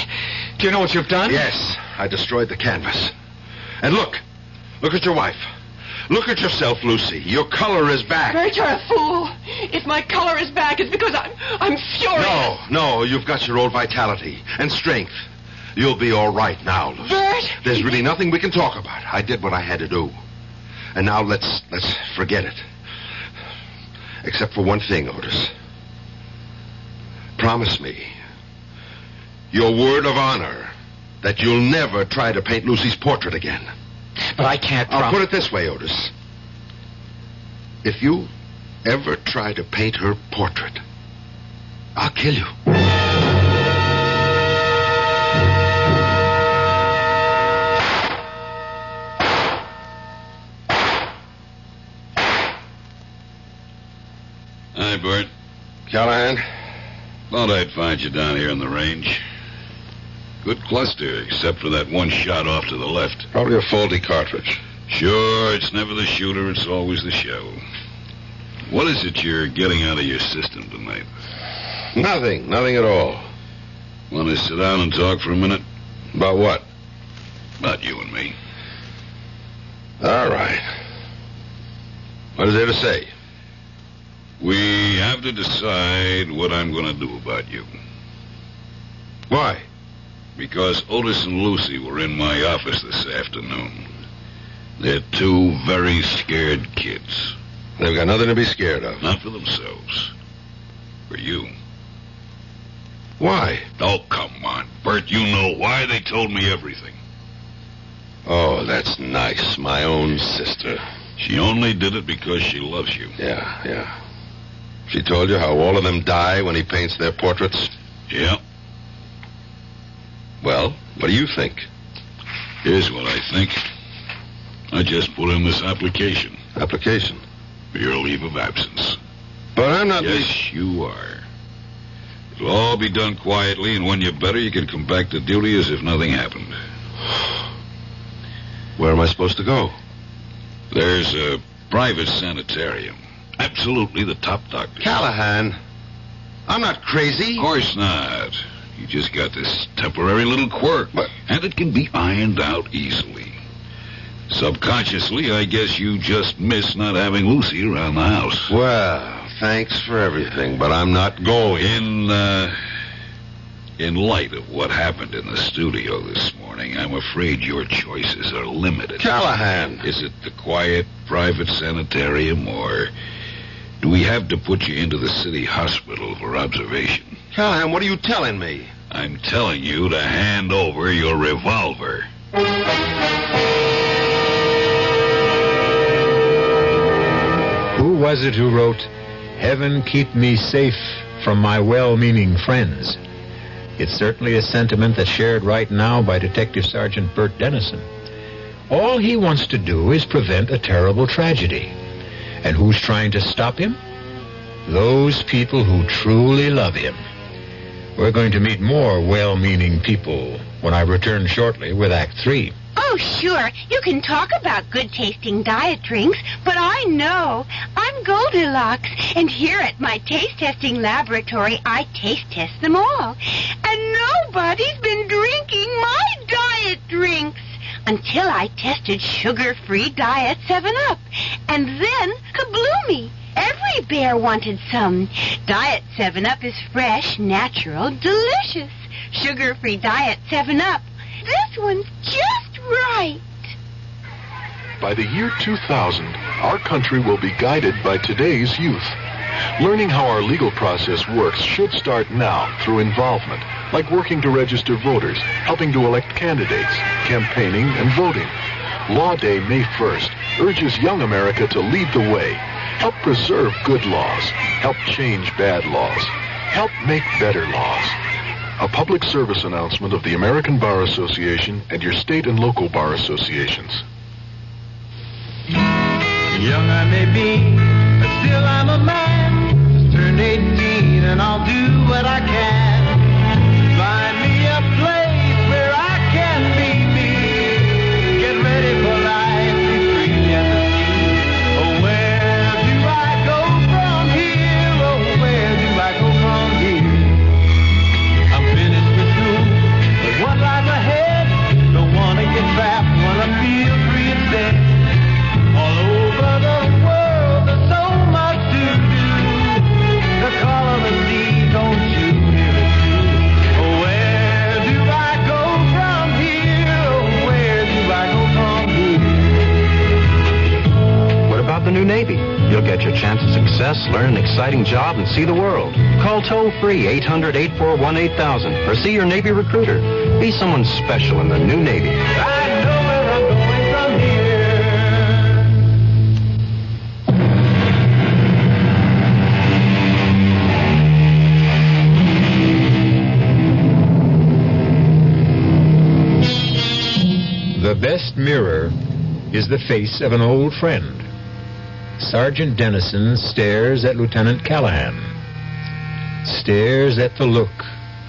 Do you know what you've done? Yes, I destroyed the canvas. And look, look at your wife. Look at yourself, Lucy. Your color is back. Bert, you're a fool. If my color is back, it's because I'm I'm furious. No, no, you've got your old vitality and strength. You'll be all right now, Lucy. Bert! There's really nothing we can talk about. I did what I had to do. And now let's let's forget it. Except for one thing, Otis. Promise me your word of honor that you'll never try to paint Lucy's portrait again. But I can't I'll prom- put it this way, Otis. If you ever try to paint her portrait, I'll kill you. Hi, Bert. Callahan? Thought I'd find you down here in the range. Good cluster, except for that one shot off to the left. Probably a faulty cartridge. Sure, it's never the shooter, it's always the shell. What is it you're getting out of your system tonight? Nothing, nothing at all. Want to sit down and talk for a minute? About what? About you and me. All right. What is there to say? We have to decide what I'm going to do about you. Why? Because Otis and Lucy were in my office this afternoon. They're two very scared kids. They've got nothing to be scared of. Not for themselves. For you. Why? Oh, come on, Bert. You know why they told me everything. Oh, that's nice. My own sister. She only did it because she loves you. Yeah, yeah. She told you how all of them die when he paints their portraits? Yeah. Well, what do you think? Here's what I think. I just put in this application Application. for your leave of absence. But I'm not. Yes, you are. It'll all be done quietly, and when you're better, you can come back to duty as if nothing happened. Where am I supposed to go? There's a private sanitarium. Absolutely the top doctor. Callahan, I'm not crazy. Of course not. You just got this temporary little quirk, and it can be ironed out easily. Subconsciously, I guess you just miss not having Lucy around the house. Well, thanks for everything, but I'm not going. In uh, in light of what happened in the studio this morning, I'm afraid your choices are limited. Callahan. Is it the quiet private sanitarium, or do we have to put you into the city hospital for observation? Callahan, what are you telling me? I'm telling you to hand over your revolver. Who was it who wrote, Heaven keep me safe from my well meaning friends? It's certainly a sentiment that's shared right now by Detective Sergeant Bert Dennison. All he wants to do is prevent a terrible tragedy. And who's trying to stop him? Those people who truly love him. We're going to meet more well meaning people when I return shortly with Act Three. Oh, sure. You can talk about good tasting diet drinks, but I know. I'm Goldilocks, and here at my taste testing laboratory, I taste test them all. And nobody's been drinking my diet drinks until I tested sugar free diet 7 Up. And then, kabloomy! Every bear wanted some. Diet 7 Up is fresh, natural, delicious. Sugar free diet 7 Up. This one's just right. By the year 2000, our country will be guided by today's youth. Learning how our legal process works should start now through involvement, like working to register voters, helping to elect candidates, campaigning, and voting. Law Day, May 1st, urges young America to lead the way. Help preserve good laws. Help change bad laws. Help make better laws. A public service announcement of the American Bar Association and your state and local bar associations. Young I may be, but still I'm a man. Just turned 18 and I'll do what I can. Find me a place where I can be me. Get ready for life, be free and the sea. Oh, where do I go from here? Oh, where do I go from here? I'm finished with school, but what lies ahead? Don't wanna get trapped, wanna feel free instead. All over the world, there's so much to do. The call of the sea, don't you hear it too? Oh, where do I go from here? Oh, where do I go from here? What about the new Navy? You'll get your chance at success, learn an exciting job, and see the world. Call toll free 800 841 8000 or see your Navy recruiter. Be someone special in the new Navy. I know where I'm going from here. The best mirror is the face of an old friend. Sergeant Dennison stares at Lieutenant Callahan, stares at the look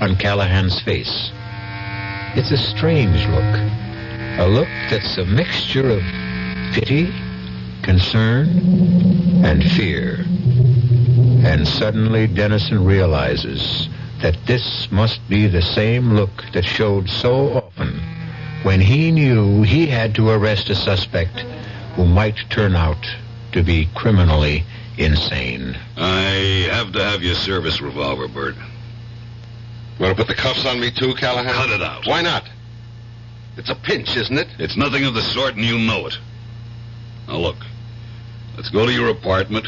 on Callahan's face. It's a strange look, a look that's a mixture of pity, concern, and fear. And suddenly Dennison realizes that this must be the same look that showed so often when he knew he had to arrest a suspect who might turn out to be criminally insane. I have to have your service revolver, Bert. Want to put the cuffs on me too, Callahan? Cut it out. Why not? It's a pinch, isn't it? It's nothing of the sort, and you know it. Now look, let's go to your apartment,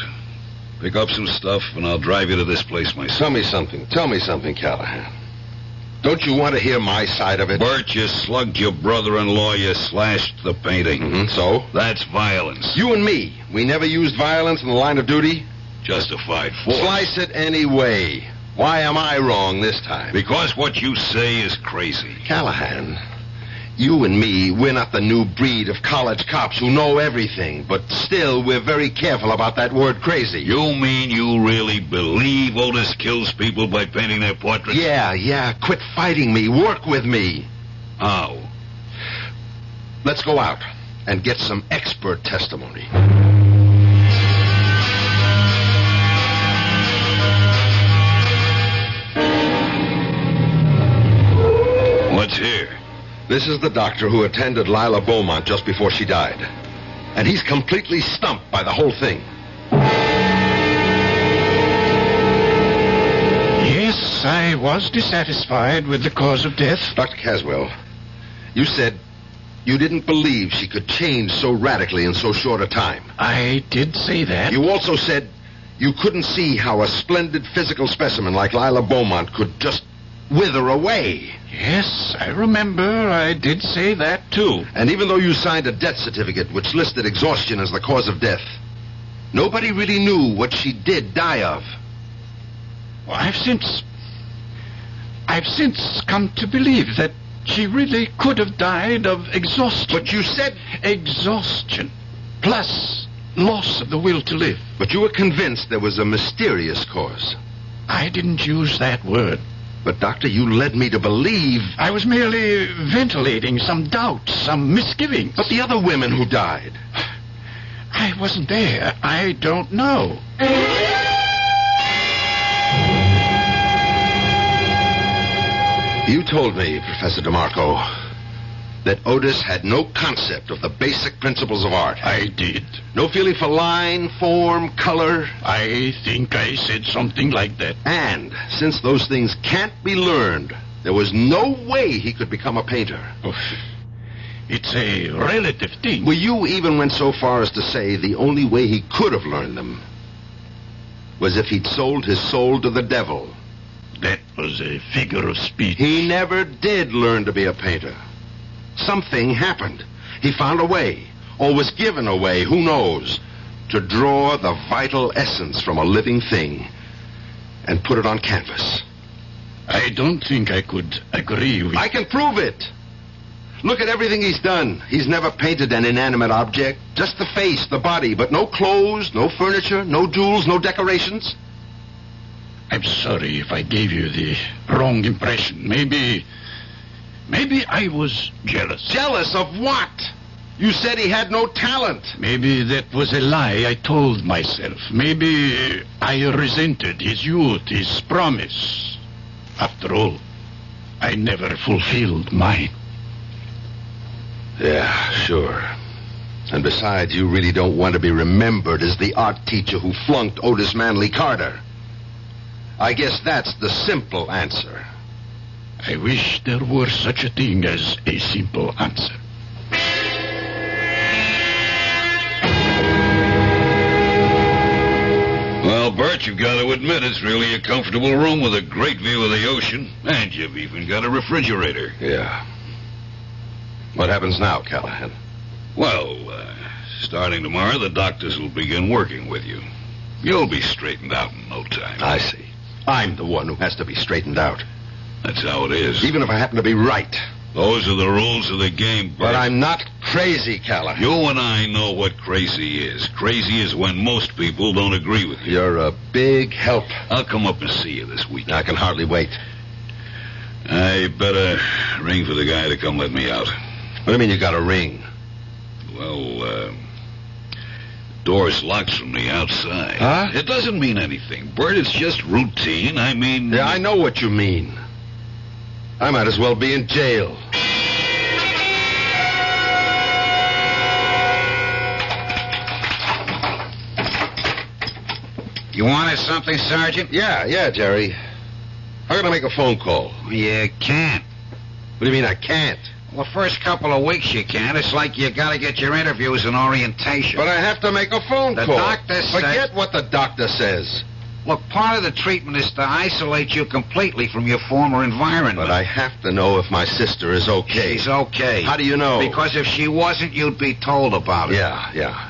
pick up some stuff, and I'll drive you to this place myself. Tell me something. Tell me something, Callahan. Don't you want to hear my side of it? Bert, you slugged your brother-in-law. You slashed the painting. Mm-hmm. So? That's violence. You and me, we never used violence in the line of duty. Justified force. Slice it any way. Why am I wrong this time? Because what you say is crazy. Callahan, you and me, we're not the new breed of college cops who know everything, but still we're very careful about that word crazy. You mean you really believe Otis kills people by painting their portraits? Yeah, yeah, quit fighting me. Work with me. How? Let's go out and get some expert testimony. What's here? This is the doctor who attended Lila Beaumont just before she died. And he's completely stumped by the whole thing. Yes, I was dissatisfied with the cause of death. Dr. Caswell, you said you didn't believe she could change so radically in so short a time. I did say that. You also said you couldn't see how a splendid physical specimen like Lila Beaumont could just wither away. Yes, I remember. I did say that, too. And even though you signed a death certificate which listed exhaustion as the cause of death, nobody really knew what she did die of. Well, Oh, I've since. I've since come to believe that she really could have died of exhaustion. But you said. Exhaustion. Plus loss of the will to live. But you were convinced there was a mysterious cause. I didn't use that word. But, Doctor, you led me to believe. I was merely ventilating some doubts, some misgivings. But the other women who died. I wasn't there. I don't know. You told me, Professor DeMarco, that Otis had no concept of the basic principles of art. I did. No feeling for line, form, color. I think I said something like that. And since those things can't be learned, there was no way he could become a painter. Oh, it's a relative thing. Well, you even went so far as to say the only way he could have learned them was if he'd sold his soul to the devil. That was a figure of speech. He never did learn to be a painter. Something happened. He found a way, or was given a way, who knows, to draw the vital essence from a living thing and put it on canvas. I don't think I could agree with. I can prove it. Look at everything he's done. He's never painted an inanimate object, just the face, the body, but no clothes, no furniture, no jewels, no decorations. I'm sorry if I gave you the wrong impression. Maybe Maybe I was jealous. Jealous of what? You said he had no talent. Maybe that was a lie I told myself. Maybe I resented his youth, his promise. After all, I never fulfilled mine. Yeah, sure. And besides, you really don't want to be remembered as the art teacher who flunked Otis Manley Carter. I guess that's the simple answer. I wish there were such a thing as a simple answer. Well, Bert, you've got to admit it's really a comfortable room with a great view of the ocean, and you've even got a refrigerator. Yeah. What happens now, Callahan? Well, uh, starting tomorrow, the doctors will begin working with you. You'll be straightened out in no time. I see. I'm the one who has to be straightened out. That's how it is. Even if I happen to be right. Those are the rules of the game, Bert. But I'm not crazy, Callahan. You and I know what crazy is. Crazy is when most people don't agree with you. You're a big help. I'll come up and see you this week. I can hardly wait. I better ring for the guy to come let me out. What do you mean you got a ring? Well, uh, door's locked from the outside. Huh? It doesn't mean anything, Bert. It's just routine. I mean. Yeah, I know what you mean. I might as well be in jail. You wanted something, Sergeant? Yeah, yeah, Jerry. How can I make a phone call? You can't. What do you mean I can't? Well, the first couple of weeks you can't. It's like you gotta get your interviews and orientation. But I have to make a phone the call. The doctor says... Forget what the doctor says. Look, part of the treatment is to isolate you completely from your former environment. But I have to know if my sister is okay. She's okay. How do you know? Because if she wasn't, you'd be told about it. Yeah, yeah,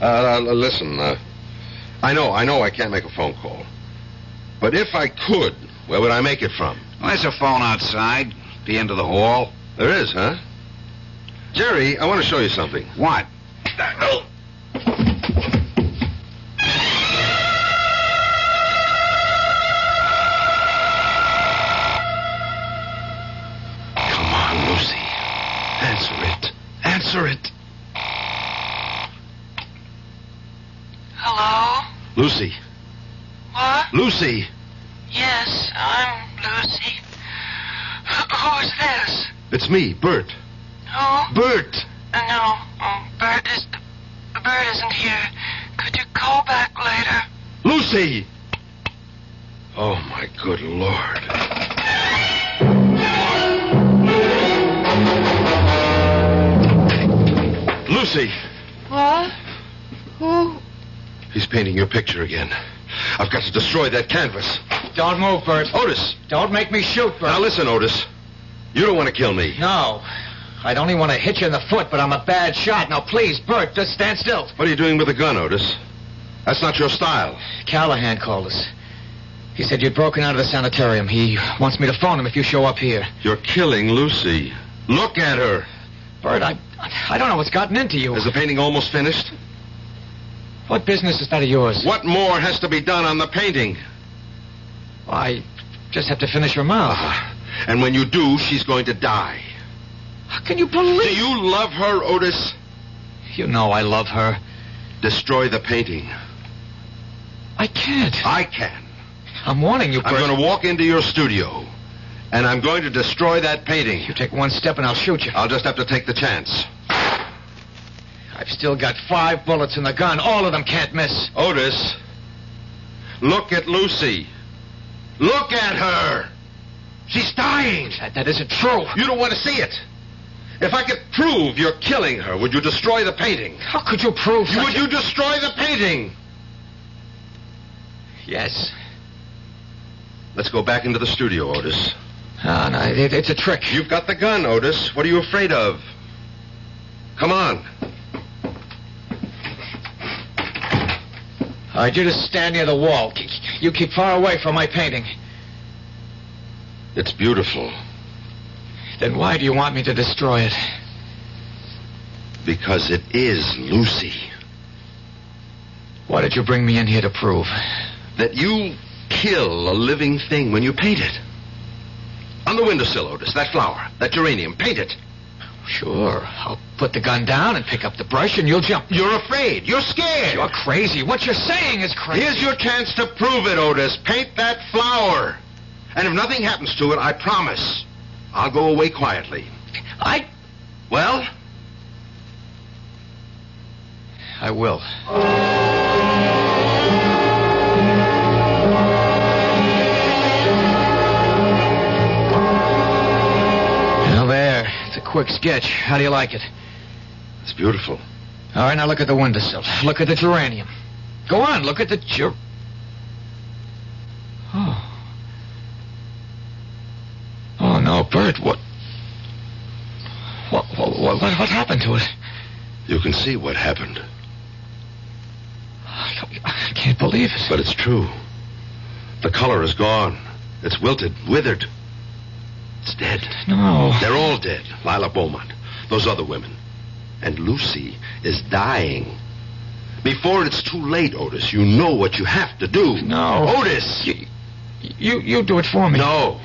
yeah. Uh, uh, listen, uh, I know, I know I can't make a phone call. But if I could, where would I make it from? Well, there's a phone outside, the end of the hall. There is, huh? Jerry, I want to show you something. Oh, What? Come on, Lucy. Answer it. Answer it. Hello? Lucy. What? Lucy. Yes, I'm Lucy. Who's this? It's me, Bert. Who? Bert. Uh, No, um, Bert is. Bert isn't here. Could you call back later? Lucy. Oh, my good Lord. Lucy. What? Who? He's painting your picture again. I've got to destroy that canvas. Don't move, Bert. Otis. Don't make me shoot, Bert. Now listen, Otis. You don't want to kill me. No. I'd only want to hit you in the foot, but I'm a bad shot. Now, please, Bert, just stand still. What are you doing with a gun, Otis? That's not your style. Callahan called us. He said you'd broken out of the sanitarium. He wants me to phone him if you show up here. You're killing Lucy. Look at her. Bert, I, I don't know what's gotten into you. Is the painting almost finished? What business is that of yours? What more has to be done on the painting? I just have to finish your mouth. And when you do, she's going to die. How can you believe? Do you love her, Otis? You know I love her. Destroy the painting. I can't. I can. I'm warning you, Bert. I'm going to walk into your studio, and I'm going to destroy that painting. You take one step and I'll shoot you. I'll just have to take the chance. I've still got five bullets in the gun. All of them can't miss. Otis, look at Lucy. Look at her. She's dying. That, that isn't true. You don't want to see it. If I could prove you're killing her, would you destroy the painting? How could you prove You- would you destroy the painting? Yes. Let's go back into the studio, Otis. Ah, No, no, it, it's a trick. You've got the gun, Otis. What are you afraid of? Come on. All right, you just stand near the wall. K- You keep far away from my painting. It's beautiful Then why do you want me to destroy it? because it is Lucy. Why did you bring me in here to prove? That you kill a living thing when you paint it. On the windowsill, Otis, that flower, that geranium, paint it. Sure, I'll put the gun down and pick up the brush and you'll jump. You're afraid. You're scared. You're crazy. What you're saying is crazy. Here's your chance to prove it, Otis. Paint that flower. And if nothing happens to it, I promise. I'll go away quietly. I. Well? I will. Now there, it's a quick sketch. How do you like it? It's beautiful. All right, now look at the windowsill. Look at the geranium. Go on, look at the ger. Oh. Oh no, Bert, what? What, what, what, what happened to it? You can see what happened, I, don't- I can't believe it. but it's true. The color is gone. It's wilted, withered. It's dead. No. They're all dead. Lila Beaumont, those other women. And Lucy is dying. Before it's too late, Otis, you know what you have to do. No. Otis! You, you, you do it for me. No.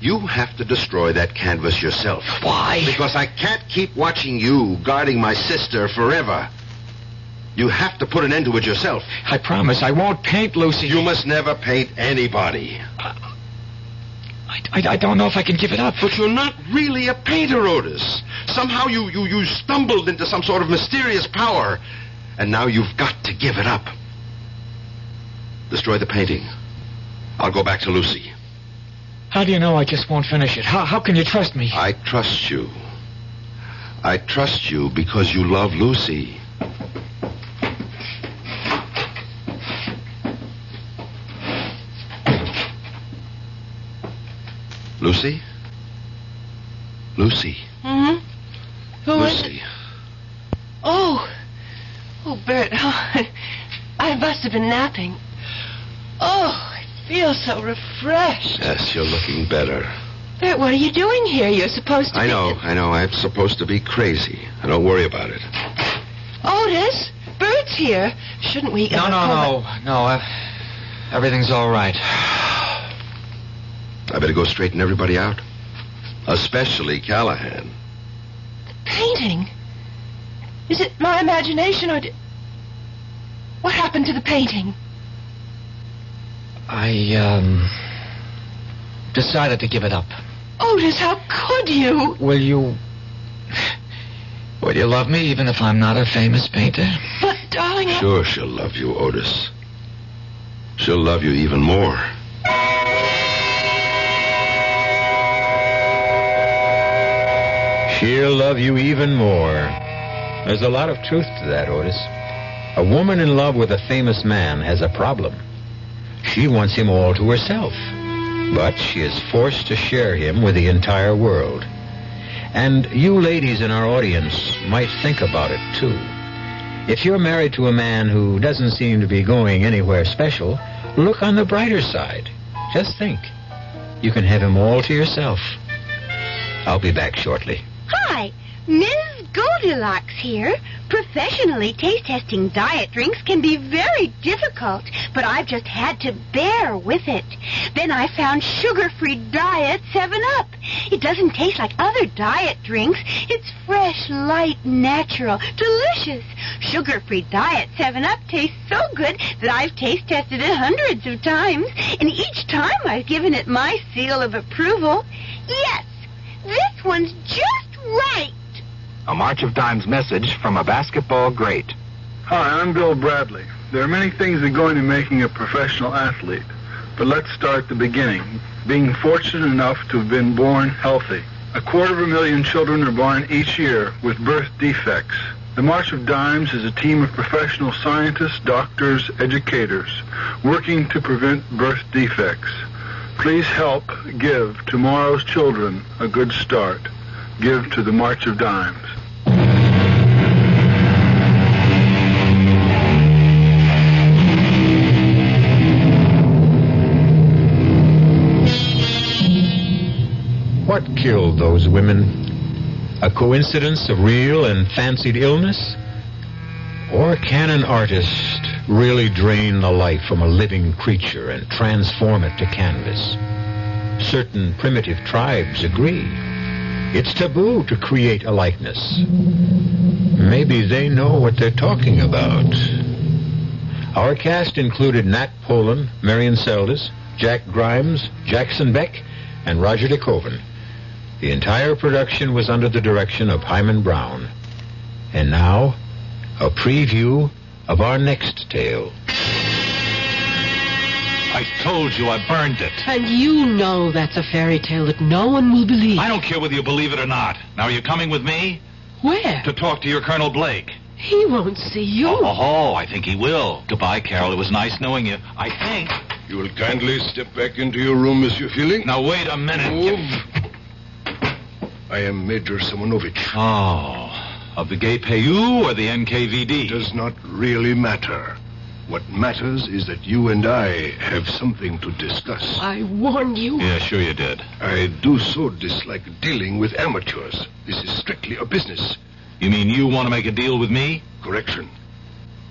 You have to destroy that canvas yourself. Why? Because I can't keep watching you guarding my sister forever. You have to put an end to it yourself. I promise I won't paint Lucy. You must never paint anybody. I, I, I don't know if I can give it up. But you're not really a painter, Otis. Somehow you, you, you stumbled into some sort of mysterious power, and now you've got to give it up. Destroy the painting. I'll go back to Lucy. How do you know I just won't finish it? How, how can you trust me? I trust you. I trust you because you love Lucy. Lucy? Lucy. Hmm? Who is Lucy. Oh. Oh, Bert. Oh, I must have been napping. Oh, I feel so refreshed. Yes, you're looking better. Bert, what are you doing here? You're supposed to I be... know, I know. I'm supposed to be crazy. I don't worry about it. Otis, Oh, Bert's here. Shouldn't we... No, no, no. No, uh, everything's all right. I better go straighten everybody out. Especially Callahan. Painting? Is it my imagination or... Did... What happened to the painting? I, um, decided to give it up. Otis, Oh, how could you? Will you. Will you love me even if I'm not a famous painter? But, darling, I- Sure, she'll love you, Otis. She'll love you even more. She'll love you even more. There's a lot of truth to that, Otis. A woman in love with a famous man has a problem. She wants him all to herself, but she is forced to share him with the entire world. And you ladies in our audience might think about it, too. If you're married to a man who doesn't seem to be going anywhere special, look on the brighter side. Just think. You can have him all to yoself. I'll be back shortly. Hi, Ms. Goldilocks here. Professionally, taste testing diet drinks can be very difficult, but I've just had to bear with it. Then I found sugar free diet 7 Up. It doesn't taste like other diet drinks. It's fresh, light, natural, delicious. Sugar free diet 7 Up tastes so good that I've taste tested it hundreds of times, and each time I've given it my seal of approval. Yes! This one's just right. A March of Dimes message from a basketball great. Hi, I'm Bill Bradley. There are many things that go into making a professional athlete, but let's start at the beginning. Being fortunate enough to have been born healthy. A quarter of a million children are born each year with birth defects. The March of Dimes is a team of professional scientists, doctors, educators working to prevent birth defects. Please help give tomorrow's children a good start. Give to the March of Dimes. What killed those women? A coincidence of real and fancied illness? Or can an artist really drain the life from a living creature and transform it to canvas? Certain primitive tribes agree. It's taboo to create a likeness. Maybe they know what they're talking about. Our cast included Nat Polan, Marion Seldes, Jack Grimes, Jackson Beck, and Roger DeCoven. The entire production was under the direction of Hyman Brown. And now, a preview of our next tale. I told you I burned it. And you know that's a fairy tale that no one will believe. I don't care whether you believe it or not. Now, are you coming with me? Where? To talk to your Colonel Blake. He won't see you. Oh, oh, I think he will. Goodbye, Carol. It was nice knowing you. I think. You will kindly step back into your room, Monsieur Oh, Feeling. Now, wait a minute. Move. I am Major Simonovich. Oh, of the Gay Payou or the NKVD? Does not really matter. What matters is that you and I have something to discuss. I warned you. Yeah, sure you did. I do so dislike dealing with amateurs. This is strictly a business. You mean you want to make a deal with me? Correction.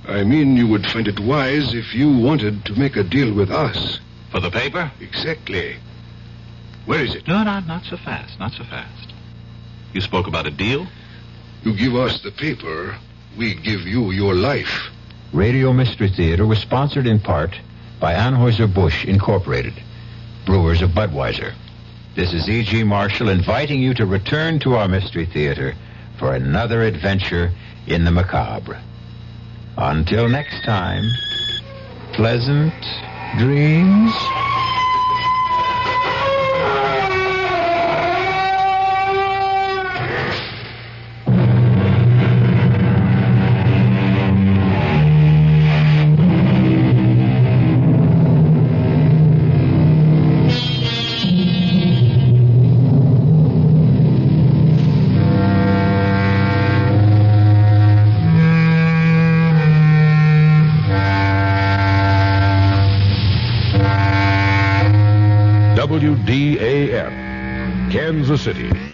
I mean, you would find it wise if you wanted to make a deal with us. For the paper? Exactly. Where is it? No, no, not so fast. Not so fast. You spoke about a deal? You give us the paper, we give you your life. Radio Mystery Theater was sponsored in part by Anheuser-Busch Incorporated, brewers of Budweiser. This is E.G. Marshall inviting you to return to our Mystery Theater for another adventure in the macabre. Until next time, pleasant dreams. Kansas City.